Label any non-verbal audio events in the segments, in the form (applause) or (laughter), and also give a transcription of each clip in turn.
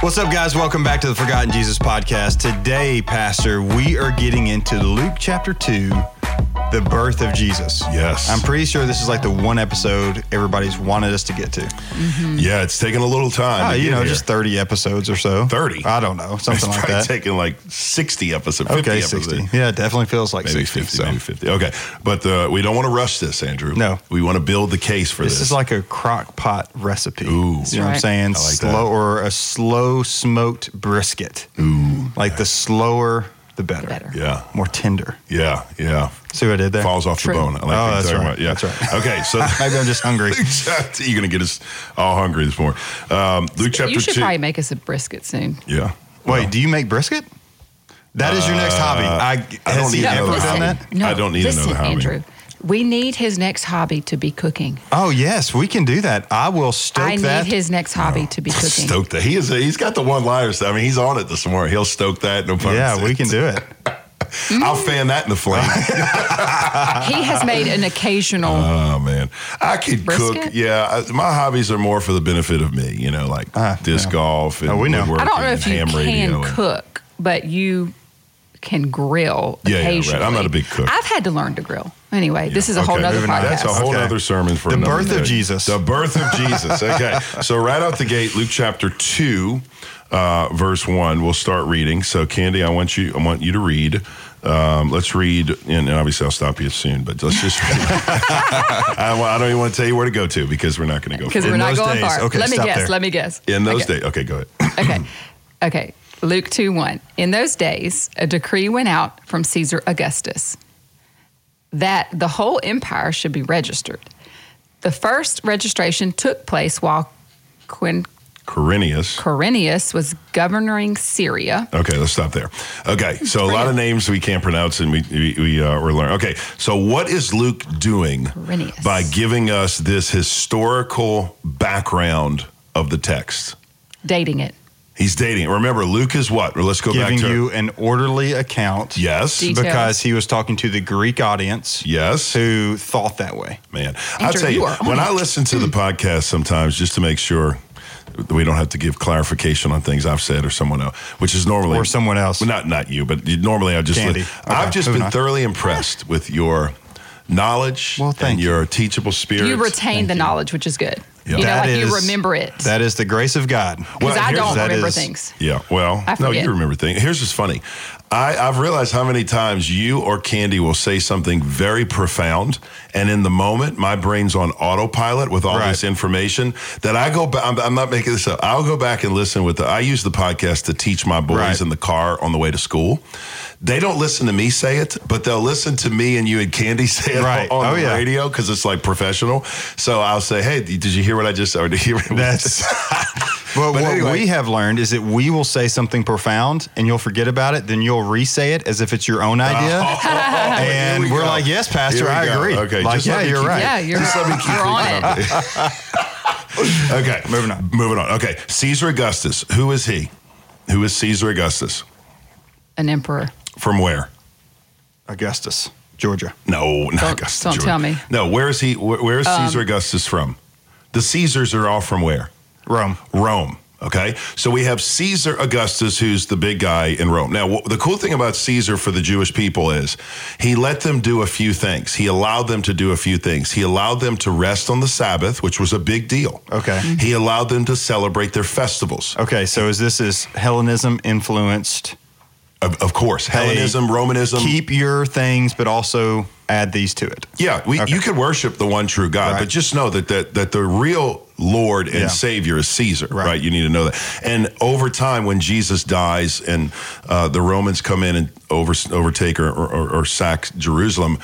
What's up, guys? Welcome back to the Forgotten Jesus podcast. Today, Pastor, we are getting into Luke chapter 2, the birth of Jesus. Yes. I'm pretty sure this is like the one episode everybody's wanted us to get to. yeah, it's taking a little time. Uh, to you Ah, get know, here. (laughs) just 30 episodes or so. 30? I don't know. it's Something like probably that. taking like sixty episodes. 50 okay, episodes. 60. Yeah, it definitely feels like Maybe 60. 50, so. maybe 50. Okay. But uh, we don't want to rush this, Andrew. No. We want to build the case for this. This is like a crock pot recipe. Ooh. You know what I'm Right. saying? I like slow that. or a slow smoked brisket. Ooh. Like the slower, the better. better. Yeah. More tender. Yeah. Yeah. See what I did there? Falls off True. the bone. I like Oh, what you're that's talking right. about. Yeah. That's right. Okay. So (laughs) Maybe I'm just hungry. you're going to get us all hungry this morning. Um, Luke chapter you should two. probably make us a brisket soon. yeah. Wait, do you make brisket? That is your next hobby. I, Uh, I don't has he need to know ever that. done that? No, I don't need to know listen, the hobby. Andrew, we need his next hobby to be cooking. Oh yes, we can do that. I will stoke I need that. his next hobby (laughs) to be cooking. Oh. Stoke that. He is. He's got the one liners. I mean, he's on it this morning. He'll stoke that. No pun yeah, we can intended. do it. I'll fan that in (laughs) the flame. He has made an occasional. Oh man, I could cook. Brisket? Yeah, I, my hobbies are more for the benefit of me. You know, like disc golf and Ah, Oh, we know. woodworking I don't know if and you ham can radio. and- cook, but you can grill Yeah, yeah, right. occasionally. I'm not a big cook. I've had to learn to grill. Anyway, this is a whole Okay, nother moving on. podcast. That's a whole Okay. other sermon for The another birth of day. Jesus. The birth of (laughs) Jesus. Okay, so right out the gate, Luke chapter two, uh, verse one. We'll start reading. So, Candy, I want you. I want you to read. Um, let's read, and and obviously I'll stop you soon, but let's (laughs) just. Read. I, I don't even want to tell you where to go to because we're not going to go. Because far. we're not those going days. far. Okay, let me stop guess. there. Let me guess. in those Okay. days. Okay, go ahead. (clears throat) okay. Okay. Luke 2 1. In those days, a decree went out from Caesar Augustus that the whole empire should be registered. The first registration took place while Quin- Quirinius. Quirinius was governing Syria. Okay, let's stop there. Okay, so a lot of names we can't pronounce and we we, we uh, we're learning. Okay, so what is Luke doing Quirinius. by giving us this historical background of the text? Dating it. He's dating. it. Remember, Luke is what? Or let's go Giving back to you an orderly account. yes, Detail. Because he was talking to the Greek audience yes. who thought that way. man. I'll Andrew, tell you, you are on when it. I listen to the podcast sometimes, just to make sure that we don't have to give clarification on things I've said or someone else, which is normally Or someone else. Well, not not you, but you- normally I just. Candy. I've Okay, just moving been on. thoroughly impressed with your knowledge Well, and thank you. your teachable spirit. You retain the knowledge, which is good. Yeah. You know, That like is- you remember it. That is the grace of God. Because Well, I here's- don't that remember is- things. Yeah, well, I no, forget. you remember things. Here's what's funny. I, I've realized how many times you or Candy will say something very profound, and in the moment, my brain's on autopilot with all Right. this information that I go back. I'm, I'm not making this up. I'll go back and listen with the. I use the podcast to teach my boys Right. in the car on the way to school. They don't listen to me say it, but they'll listen to me and you and Candy (laughs) say it Right. on Oh, the yeah. radio because it's like professional. So I'll say, "Hey, did you hear what I just? Or did you hear what I That's. Well, But what anyway- we have learned is that we will say something profound and you'll forget about it, then you'll re say it as if it's your Oh. own (laughs) idea. and we we are go. like, yes, Pastor, Here we I go. agree. Okay, Like, just yeah, let me you're keep- right. Yeah, you're, you're on (laughs) it. Okay, Moving on. Moving on. Okay, Caesar Augustus. Who is he? Who is Caesar Augustus? An emperor. From where? Augustus, Georgia. No, not Don't- Augustus. don't Jordan. tell me. Um, No, where is he? Where, where is Caesar Augustus from? The Caesars are all from where? Rome. Rome. Okay, so we have Caesar Augustus, who's the big guy in Rome. Now, wh- the cool thing about Caesar for the Jewish people is he let them do a few things. He allowed them to do a few things. He allowed them to rest on the Sabbath, which was a big deal. Mm-hmm. Okay. Mhm. He allowed them to celebrate their festivals. Okay, so is this is Hellenism influenced? Of, of course, Hellenism, Romanism. Keep your things, but also add these to it. yeah, we, you could worship the one true God, Right. but just know that that that the real Lord and Yeah. Savior is Caesar, right. Right. You need to know that. And over time, when Jesus dies and uh, the Romans come in and over, overtake or, or, or sack Jerusalem.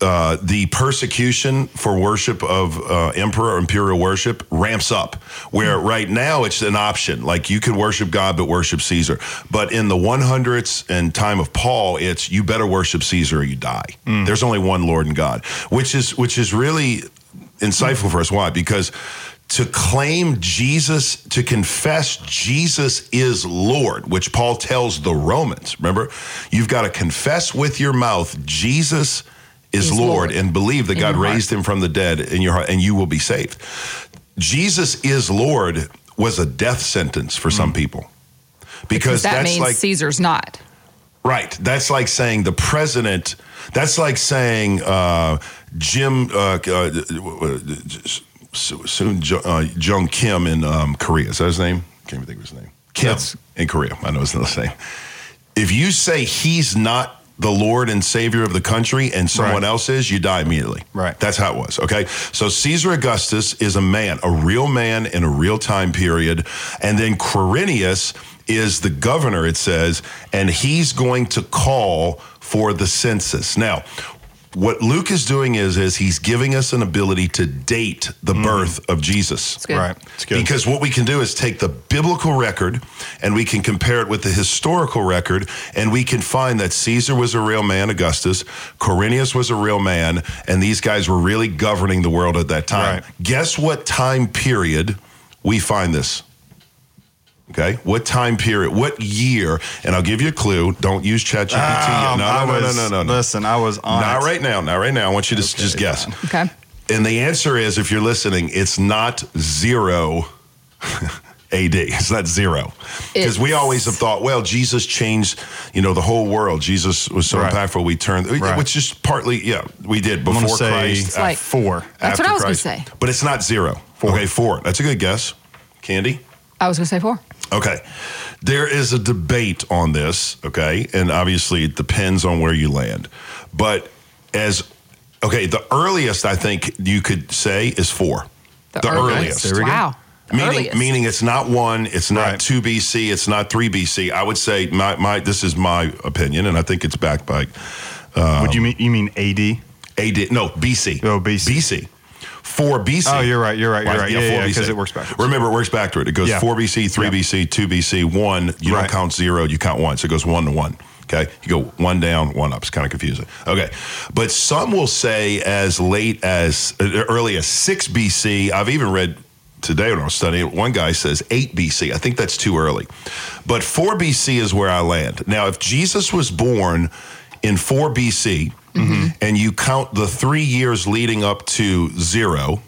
Uh, the persecution for worship of uh, emperor imperial worship ramps up where right now it's an option like you could worship god but worship caesar but in the 100s and time of paul it's you better worship caesar or you die there's only one lord and god which is which is really insightful for us. Why? Because to claim Jesus, to confess Jesus is Lord, which Paul tells the Romans, remember, you've got to confess with your mouth Jesus is Is Lord, Lord. and believe that In God your heart. raised him from the dead in your heart, and you will be saved. Jesus is Lord was a death sentence for some people. Because, Mm. that that's means like Caesar's not. Right. That's like saying the president. That's like saying uh, Jim uh, uh, Soon Jung uh, Jung Kim in um, Korea. Is that his name? Can't even think of his name. Kim That's- in Korea. I know it's not his name. If you say he's not the Lord and Savior of the country and someone Right. else is, you die immediately. Right. That's how it was. Okay. So Caesar Augustus is a man, a real man in a real time period. And then Quirinius is the governor, it says, and he's going to call for the census. Now, what Luke is doing is is he's giving us an ability to date the birth of Jesus. Good. Right. It's good. Because what we can do is take the biblical record and we can compare it with the historical record, and we can find that Caesar was a real man, Augustus, Quirinius was a real man, and these guys were really governing the world at that time. Right. Guess what time period we find this? Okay, what time period? What year? And I'll give you a clue. Don't use ChatGPT. yet. Um, I Ah, no, no, no, was- no, no, no. Listen, I was on. Not it. right now. Not right now. I want you to s- just guess. Okay. And the answer is, if you're listening, it's not zero (laughs) AD. It's not zero. Because we It's- always have thought, well, Jesus changed, you know, the whole world. Jesus was so Right. impactful. We turned, Right. which is partly, yeah, we did I'm before gonna say Christ. uh, like- four. That's what I was gonna Christ. say. But it's not zero. Okay, four. That's a good guess. Candy? I was going to say four. Okay. There is a debate on this, okay? And obviously it depends on where you land. But as okay, the earliest I think you could say is 4. The, earliest. There we go. Wow. The Meaning, earliest. meaning it's not one, it's not Right. two BC, it's not three BC. I would say my, my this is my opinion, and I think it's backed by Uh, Would you mean you mean AD? AD no BC. Oh, BC. BC. Four BC. Oh, you're right. You're right. You're right. Yeah, yeah, 4 because BC. it works backwards. Remember, it works backward. It goes Yeah. 4 BC, 3 Yeah. BC, 2 BC, 1. You Right. don't count 0, you count 1. So it goes 1 to 1. Okay? You go 1 down, 1 up. It's kind of confusing. Okay. But some will say as late as, uh, early as 6 BC. I've even read today when I was studying, it, one guy says 8 BC. I think that's too early. But 4 BC is where I land. Now, if Jesus was born in 4 BC, And you count the three years leading up to 0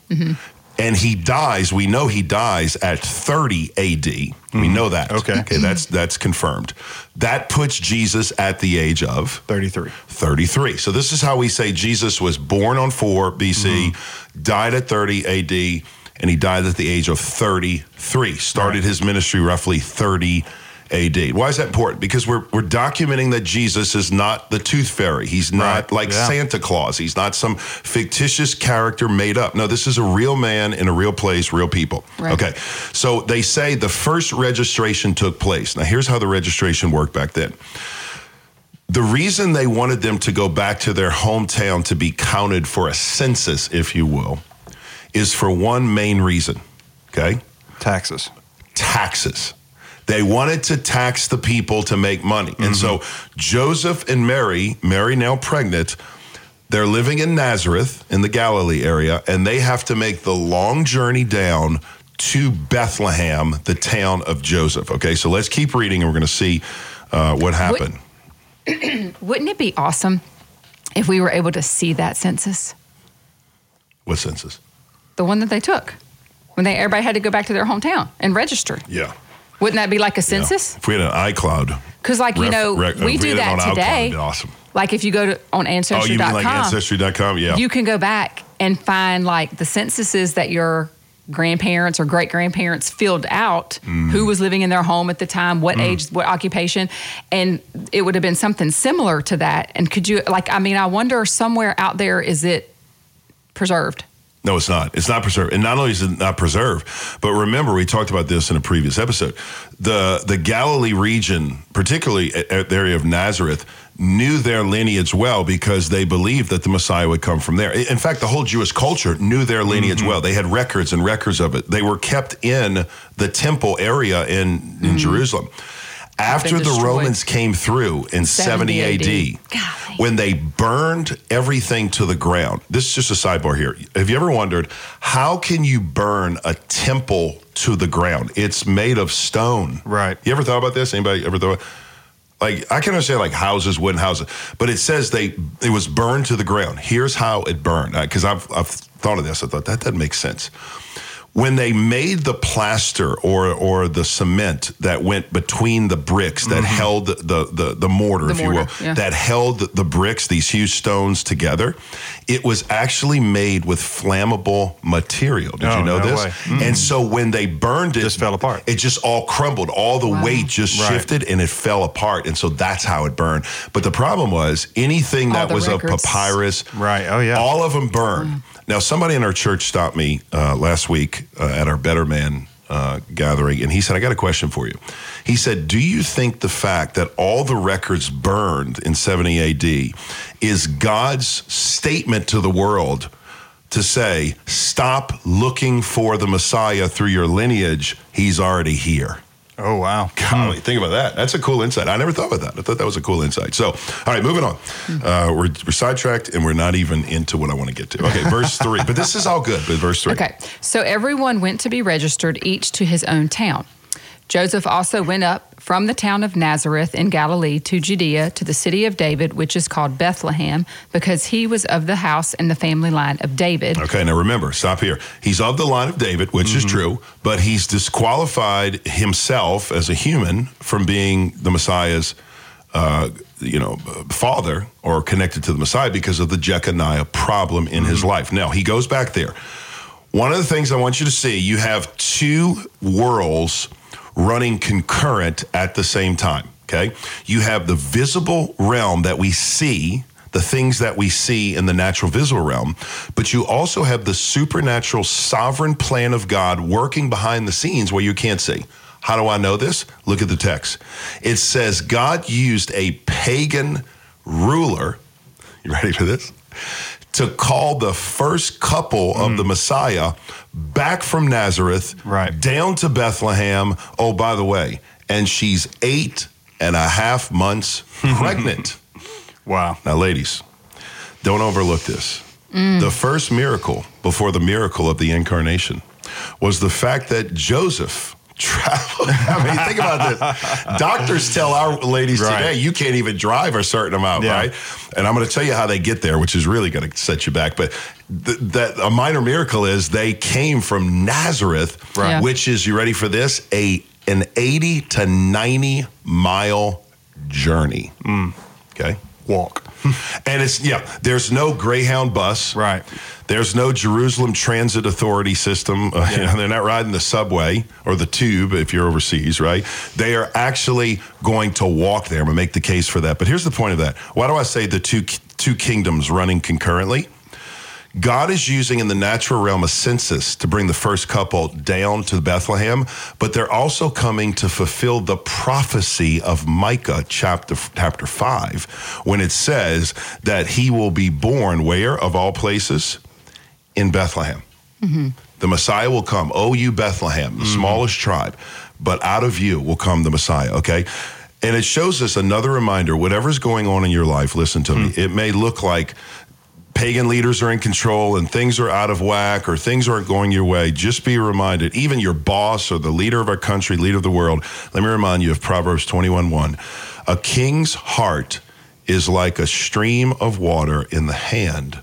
and he dies. We know he dies at 30 AD. We know that. Okay. Okay. That's that's confirmed. That puts Jesus at the age of 33. 33. So this is how we say Jesus was born on 4 BC, Mm-hmm. died at 30 AD, and he died at the age of 33. Started his ministry roughly 30 AD. Why is that important? Because we're we're documenting that Jesus is not the tooth fairy. He's not Right, like yeah. Santa Claus. He's not some fictitious character made up. No, this is a real man in a real place, real people. Right. Okay. So they say the first registration took place. Now here's how the registration worked back then. The reason they wanted them to go back to their hometown to be counted for a census, if you will, is for one main reason, okay? Taxes. Taxes. They wanted to tax the people to make money. And so Joseph and Mary, Mary now pregnant, they're living in Nazareth in the Galilee area, and they have to make the long journey down to Bethlehem, the town of Joseph. Okay, so let's keep reading and we're going to see uh, what happened. Wouldn't it be awesome if we were able to see that census? What census? The one that they took when they everybody had to go back to their hometown and register. Yeah. Wouldn't that be like a Yeah. census? If we had an iCloud, Because, like, you ref- know, rec- we if do had it on that iCloud, today. it'd be awesome. Like, if you go to on Ancestry.com, Oh, you mean like Ancestry.com? Yeah. you can go back and find like the censuses that your grandparents or great grandparents filled out who was living in their home at the time what age what occupation and it would have been something similar to that and could you like i mean i wonder somewhere out there is it preserved no, it's not. It's not preserved. And not only is it not preserved, but remember we talked about this in a previous episode. The the Galilee region, particularly a- a- the area of Nazareth, knew their lineage well because they believed that the Messiah would come from there. I- In fact, the whole Jewish culture knew their lineage well. They had records and records of it. They were kept in the temple area in, in Jerusalem. After the destroyed. Romans came through in 70 70 AD, Golly. when they burned everything to the ground. This is just a sidebar here. Have you ever wondered how can you burn a temple to the ground? It's made of stone. Right. You ever thought about this? Anybody ever thought? Like I can understand like houses, wooden houses, but it says they it was Uh, burned to the ground. Here's how it burned because I've I've thought of this. I thought that doesn't make sense. when they made the plaster or or the cement that went between the bricks that Mm-hmm. held the the the mortar, The if you mortar, will, yeah. that held the bricks, these huge stones together, it was actually made with flammable material. Did Oh, you know no this? way. And so when they burned it, Just fell apart. It just all crumbled. All the Wow. weight just Right. shifted and it fell apart. And so that's how it burned. But the problem was anything All that the was a records. papyrus, Right. Oh, yeah. all of them burned. Now, somebody in our church stopped me uh, last week uh, at our Better Man uh, gathering, and he said, I got a question for you. He said, Do you think the fact that all the records burned in 70 AD is God's statement to the world to say, Stop looking for the Messiah through your lineage? He's already here. Oh, wow. Golly, think about that. That's a cool insight. I never thought about that. I thought that was a cool insight. So, all right, moving on. Uh, we're, we're sidetracked and we're not even into what I want to get to. Okay, verse three. But this is all good, but verse three. Okay, so everyone went to be registered, each to his own town. Joseph also went up from the town of Nazareth in Galilee to Judea to the city of David, which is called Bethlehem, because he was of the house and the family line of David. Okay, now remember, stop here. He's of the line of David, which is true, but he's disqualified himself as a human from being the Messiah's, uh, you know, father or connected to the Messiah because of the Jeconiah problem in his life. Now he goes back there. One of the things I want you to see, you have two worlds running concurrent at the same time. Okay, you have the visible realm that we see the things that we see in the natural visual realm, but you also have the supernatural sovereign plan of God working behind the scenes where you can't see. How do I know this? Look at the text. It says God used a pagan ruler. You ready for this? To call the first couple of the Messiah back from Nazareth Right. down to Bethlehem. Oh, by the way, and she's eight and a half months pregnant. Wow. Now, ladies, don't overlook this. Mm. The first miracle before the miracle of the incarnation was the fact that Joseph (laughs) traveled. I mean, think (laughs) about this. Doctors tell our ladies Right. today, you can't even drive a certain amount, Yeah. right? And I'm going to tell you how they get there, which is really going to set you back. But th- that a minor miracle is they came from Nazareth, Right. Yeah. which is you ready for this? A an 80 to 90 mile journey. Mm. Okay. Walk. (laughs) And it's yeah, there's no Greyhound bus. Right. There's no Jerusalem Transit Authority system. Uh, you know, (laughs) they're not riding the subway or the tube if you're overseas, right? They are actually going to walk there. I'm gonna make the case for that. But here's the point of that. Why do I say the two two kingdoms running concurrently? God is using in the natural realm a census to bring the first couple down to Bethlehem, but they're also coming to fulfill the prophecy of Micah chapter chapter 5 when it says that he will be born where of all places in Bethlehem. The Messiah will come. Oh, you Bethlehem, the smallest tribe, but out of you will come the Messiah, okay? And it shows us another reminder whatever's going on in your life, listen to me. It may look like pagan leaders are in control and things are out of whack or things aren't going your way, just be reminded, even your boss or the leader of our country, leader of the world, let me remind you of Proverbs 21 1. A king's heart is like a stream of water in the hand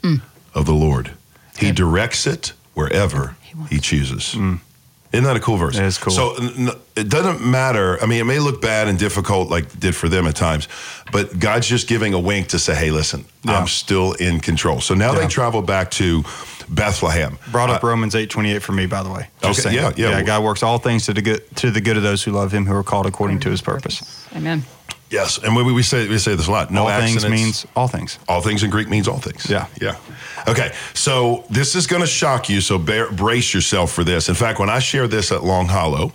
of the Lord. He directs it wherever he, chooses. Isn't that a cool verse? It Mm. is cool. So n- n- it doesn't matter. I mean, it may look bad and difficult, like it did for them at times, but God's just giving a wink to say, "Hey, listen, Yeah. I'm still in control." So now they Yeah. travel back to Bethlehem. Brought up Romans eight twenty eight for me, by the way. Uh, Okay, saying. yeah, yeah. God works all things to the good to the good of those who love Him, who are called according to His purpose. Amen. Yes, and we, we say we say this a lot. No all accidents. things means all things. all things in Greek means all things. Yeah. yeah. Okay, so this is going to shock you. So bear, brace yourself for this. In fact, when I shared this at Long Hollow,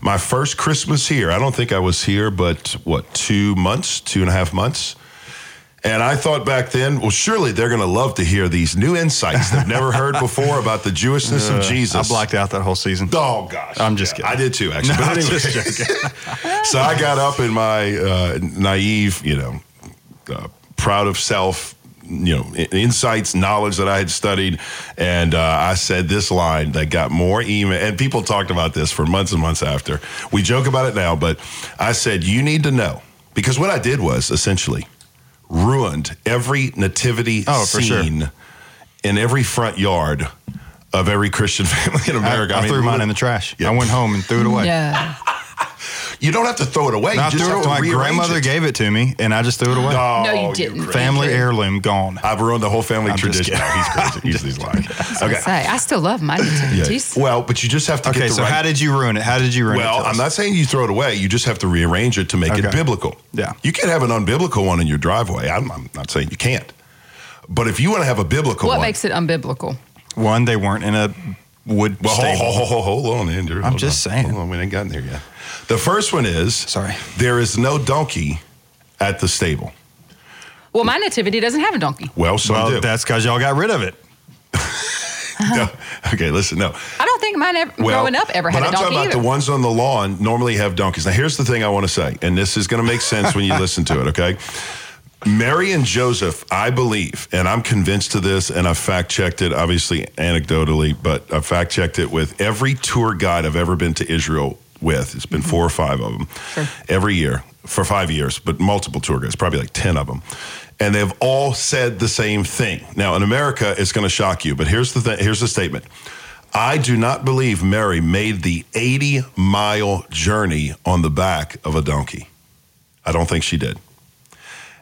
my first Christmas here, I don't think I was here, but what two months, two and a half months. And I thought back then, well, surely they're going to love to hear these new insights they've never heard before about the Jewishness of Jesus. I blacked out that whole season. Oh gosh, I'm just Yeah, kidding. I did too, actually. No, But I'm anyway. just joking. (laughs) so I got up in my uh, naive, you know, uh, proud of self, you know, i- insights, knowledge that I had studied, and uh, I said this line that got more email, and people talked about this for months and months after. We joke about it now, but I said you need to know because what I did was essentially ruined every nativity Oh, for sure. scene in every front yard of every Christian (laughs) family in America. I, I mean, threw mine in the trash. Yeah. I went home and threw it away. Yeah. You don't have to throw it away. No, I you just threw have it, to my rearrange grandmother it. gave it to me, and I just threw it away. Oh, No, you you didn't. crazy. Family heirloom gone. I've ruined the whole family I'm just tradition. No, he's crazy. (laughs) He's, he's lying. I say, I still love my nativities. Well, but you just have to Okay, get the so right. how did you ruin it? How did you ruin it? well, Tell us. I'm not saying you throw it away. You just have to rearrange it to make it Okay. biblical. Yeah. You can have an unbiblical one in your driveway. I'm, I'm not saying you can't. But if you want to have a biblical What one, makes it unbiblical? One, they weren't in a wood well, hold, stable. hold, hold, hold, hold on, Andrew. I'm Hold just on. saying. Hold on, we ain't gotten there yet. The first one is Sorry. There is no donkey at the stable. Well, my nativity doesn't have a donkey. Well, some Well, do. that's because y'all got rid of it. (laughs) No. Okay, listen. No, I don't think mine ever, Well, growing up ever but had I'm a donkey talking about either. the ones on the lawn normally have donkeys. Now, here's the thing I want to say, and this is going to make sense when you listen to it. Okay, Mary and Joseph, I believe, and I'm convinced of this, and I fact checked it, obviously anecdotally, but I fact checked it with every tour guide I've ever been to Israel with. It's been four or five of them Sure. every year for five years, but multiple tour guides, probably like 10 of them. And they've all said the same thing. Now, in America, it's going to shock you, but here's the, th- here's the statement I do not believe Mary made the 80 mile journey on the back of a donkey. I don't think she did.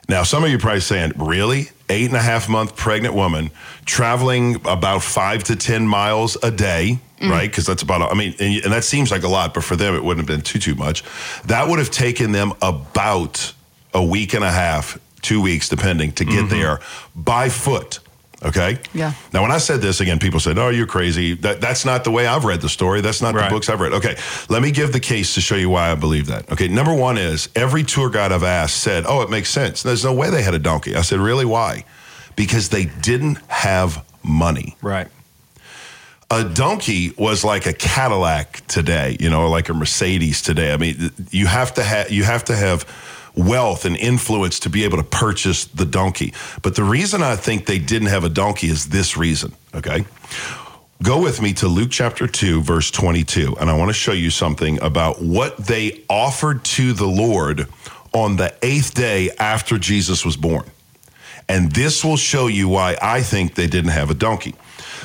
Now, some of you are probably saying, really? Eight and a half month pregnant woman traveling about five to 10 miles a day, right? Because that's about, I mean, and, and that seems like a lot, but for them, it wouldn't have been too, too much. That would have taken them about a week and a half, two weeks, depending, to get there by foot. Okay. Yeah. Now, when I said this again, people said, "Oh, you're crazy." That, that's not the way I've read the story. That's not the Right. books I've read. Okay, let me give the case to show you why I believe that. Okay, number one is every tour guide I've asked said, "Oh, it makes sense. There's no way they had a donkey." I said, "Really? Why?" Because they didn't have money. Right. A donkey was like a Cadillac today, you know, like a Mercedes today. I mean, you have to have you have to have wealth and influence to be able to purchase the donkey. But the reason I think they didn't have a donkey is this reason, okay? Go with me to Luke chapter 2, verse 22, and I want to show you something about what they offered to the Lord on the eighth day after Jesus was born. And this will show you why I think they didn't have a donkey.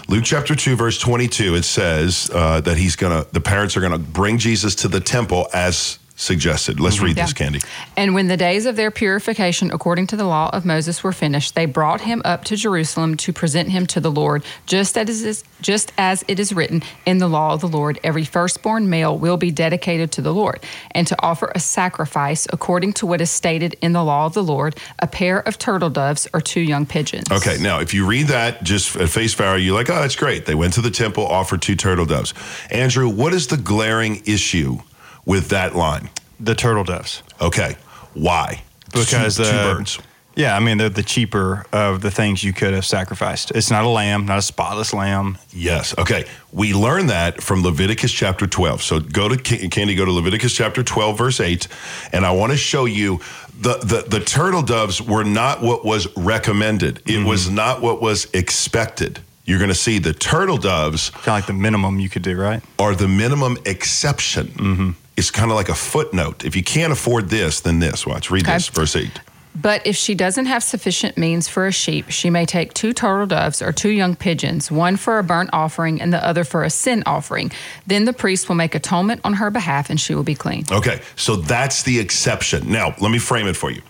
Luke chapter 2, verse 22, it says uh, that he's going to, the parents are going to bring Jesus to the temple as suggested. Let's read this, Yeah. Candy. And when the days of their purification according to the law of Moses were finished, they brought him up to Jerusalem to present him to the Lord, just as it is, just as it is written in the law of the Lord, every firstborn male will be dedicated to the Lord, and to offer a sacrifice according to what is stated in the law of the Lord, a pair of turtle doves or two young pigeons. Okay, now if you read that just at face value, you're like, oh, that's great. They went to the temple, offered two turtle doves. Andrew, what is the glaring issue with that line? The turtle doves. Okay, why? Because two, two uh, birds. Yeah, I mean they're the cheaper of the things you could have sacrificed. It's not a lamb, not a spotless lamb. Yes. Okay. We learn that from Leviticus chapter 12. So go to Ca- Candy, go to Leviticus chapter 12, verse 8, and I want to show you the, the the turtle doves were not what was recommended. It Mm-hmm. was not what was expected. You're going to see the turtle doves Kind of like the minimum you could do, right? are the minimum exception. It's kind of like a footnote. If you can't afford this, then this. Watch. Read Okay. this, verse 8. But if she doesn't have sufficient means for a sheep, she may take two turtle doves or two young pigeons, one for a burnt offering and the other for a sin offering. Then the priest will make atonement on her behalf and she will be clean. Okay, so that's the exception. Now, let me frame it for you.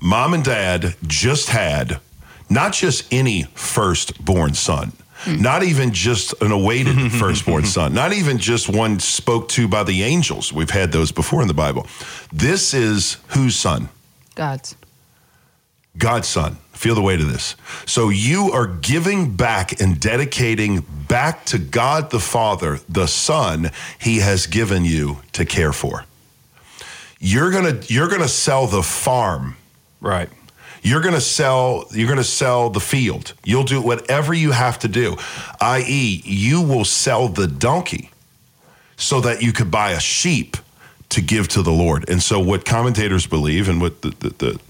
Mom and dad just had not just any firstborn son, not even just an awaited firstborn son, not even just one spoke to by the angels. We've had those before in the Bible. This is whose son? God's. God's son. Feel the weight of this. So you are giving back and dedicating back to God the Father the son he has given you to care for. You're going to you're going to sell the farm. Right. You're going to sell you're going to sell the field. You'll do whatever you have to do. i.e., you will sell the donkey so that you could buy a sheep to give to the Lord. And so, what commentators believe and what the, the, the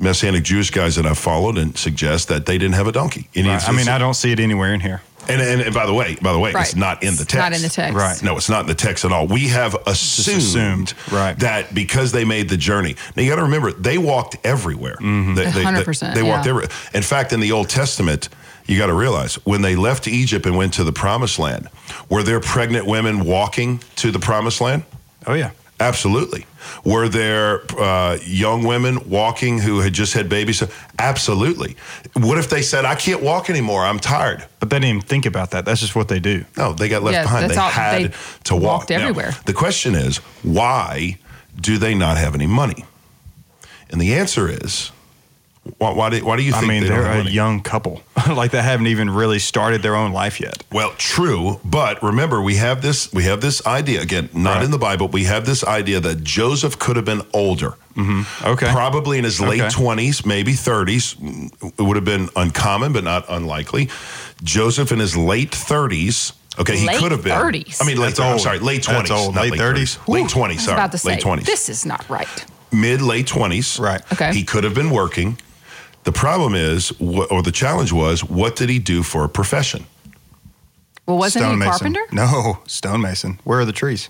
Messianic Jewish guys that I've followed and suggest that they didn't have a donkey. And right. it's- I mean, I it's- don't see it anywhere in here. and, and, and by the way, by the way, Right. it's not in the It's text. not in the text. Right. No, it's not in the text at all. We have assumed, assumed, right. that because they made the journey. Now you got to Mm-hmm. remember, they walked everywhere. They, they- they- 100%, They, walked yeah. everywhere. In fact, in the Old Testament, you got to realize when they left Egypt and went to the promised land, were there pregnant women walking to the promised land? Oh, yeah. Absolutely. Were there uh, young women walking who had just had babies? Absolutely. What if they said, I can't walk anymore, I'm tired? But they didn't even think about that. That's just what they do. No, they got left Yeah, behind. that's They all- had they to walk. walked everywhere. the question is, why do they not have any money? And the answer is, why, why, do, why do you think I mean, they they don't are have a money? young couple. (laughs) like they haven't even really started their own life yet. Well, true, but remember we have this we have this idea again, not Right. in the Bible. We have this idea that Joseph could have been older, Mm-hmm. Okay. probably in his late Okay. twenties, maybe thirties. It would have been uncommon, but not unlikely. Joseph in his late thirties. Okay, he Late could have been. 30s. I mean, late. That's I'm old. sorry, late That's twenties. old. Late 30s. Late I twenties. was Sorry, about to say, late twenties this is not right. mid late twenties. Right. Okay. He could have been working. The problem is, wh- or the challenge was, what did he do for a profession? Well, wasn't he a Stonemason. carpenter? No, stonemason. Where are the trees?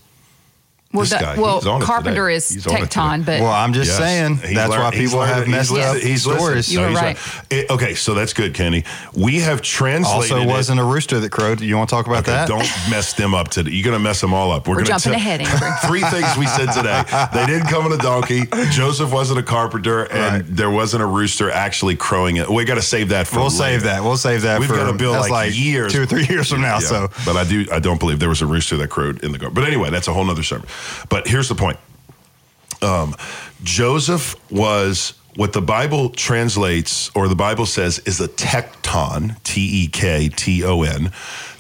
Well, This guy, well he's on it carpenter today. is He's on it tecton, today. but well, I'm just Yes. saying He's that's learned- why he's people learned- have he's messed listened- up He's stories. You No, were he's right. It- okay, so that's good, Kenny. We have translated. Also, it- wasn't a rooster that crowed. You want to talk about Okay, that? Don't mess them up today. You're going to mess them all up. We're gonna jumping tell- ahead, Andrew. (laughs) Three things we said today: they didn't come on a donkey. Joseph wasn't a carpenter, and Right. there wasn't a rooster actually crowing it. We got to save that for. We'll later. save that. We'll save that. We've for, got to build that's like, years, two or three years from now. Yeah, So but I do. I don't believe there was a rooster that crowed in the garden. But anyway, that's a whole nother sermon. But here's the point: um, Joseph was what the Bible translates, or the Bible says, is a tecton. T e k t o n.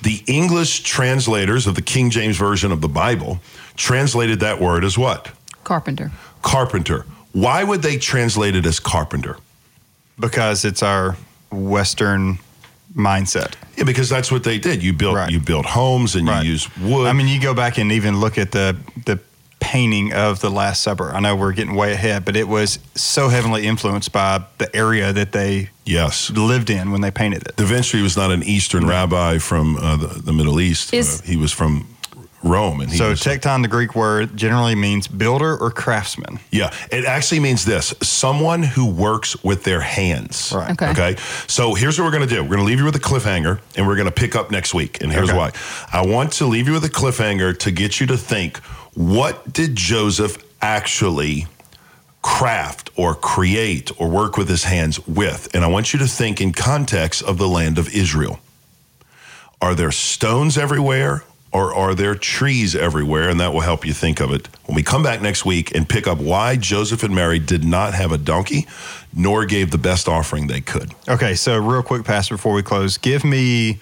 The English translators of the King James version of the Bible translated that word as what? carpenter. Carpenter. Why would they translate it as carpenter? because it's our Western mindset. Yeah, because that's what they did. You built Right. you built homes and Right. you used wood. I mean, you go back and even look at the the painting of the Last Supper. I know we're getting way ahead, but it was so heavily influenced by the area that they yes. lived in when they painted it. Da Vinci was not an Eastern rabbi from uh, the, the Middle East. Is- Uh, he was from Rome, and he So was, tecton, the Greek word, generally means builder or craftsman. yeah, it actually means this: someone who works with their hands. Right. Okay. Okay. So here's what we're going to do. We're going to leave you with a cliffhanger and we're going to pick up next week. And here's Okay. why. I want to leave you with a cliffhanger to get you to think what did Joseph actually craft or create or work with his hands with? And I want you to think in context of the land of Israel. Are there stones everywhere? Or are there trees everywhere? And that will help you think of it when we come back next week and pick up why Joseph and Mary did not have a donkey, nor gave the best offering they could. Okay, so real quick, Pastor, before we close, give me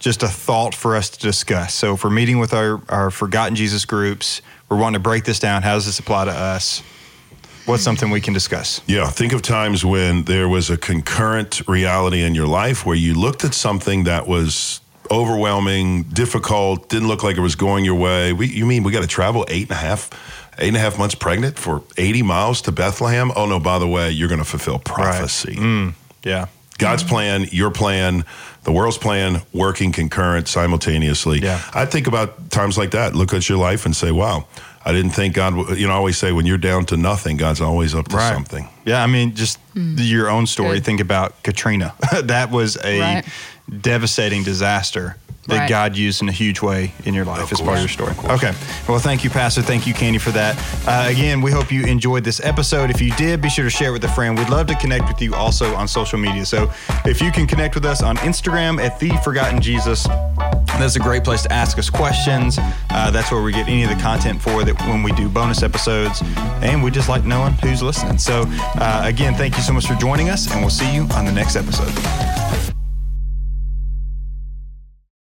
just a thought for us to discuss. So, if we're meeting with our, our Forgotten Jesus groups, we're wanting to break this down. How does this apply to us? What's something we can discuss? Yeah, think of times when there was a concurrent reality in your life where you looked at something that was overwhelming, difficult, didn't look like it was going your way. We, you mean we got to travel eight and a half, eight and a half months pregnant for 80 miles to Bethlehem? Oh, no, by the way, you're going to fulfill prophecy. Yeah. God's plan, your plan, the world's plan, working concurrent simultaneously. Yeah. I think about times like that. Look at your life and say, wow, I didn't think God, would-" you know, I always say when you're down to nothing, God's always up to Right. something. Yeah, I mean, just your own story. Hmm. Good. Think about Katrina. (laughs) that was a Right. devastating disaster that Right. God used in a huge way in your life Of as part of your course, story. of course. okay. Well, thank you, Pastor. Thank you, Candy, for that. Uh, again, we hope you enjoyed this episode. If you did, be sure to share it with a friend. We'd love to connect with you also on social media. So if you can connect with us on Instagram at The Forgotten Jesus, that's a great place to ask us questions. Uh, that's where we get any of the content for that when we do bonus episodes. And we just like knowing who's listening. So, uh, again, thank you so much for joining us, and we'll see you on the next episode.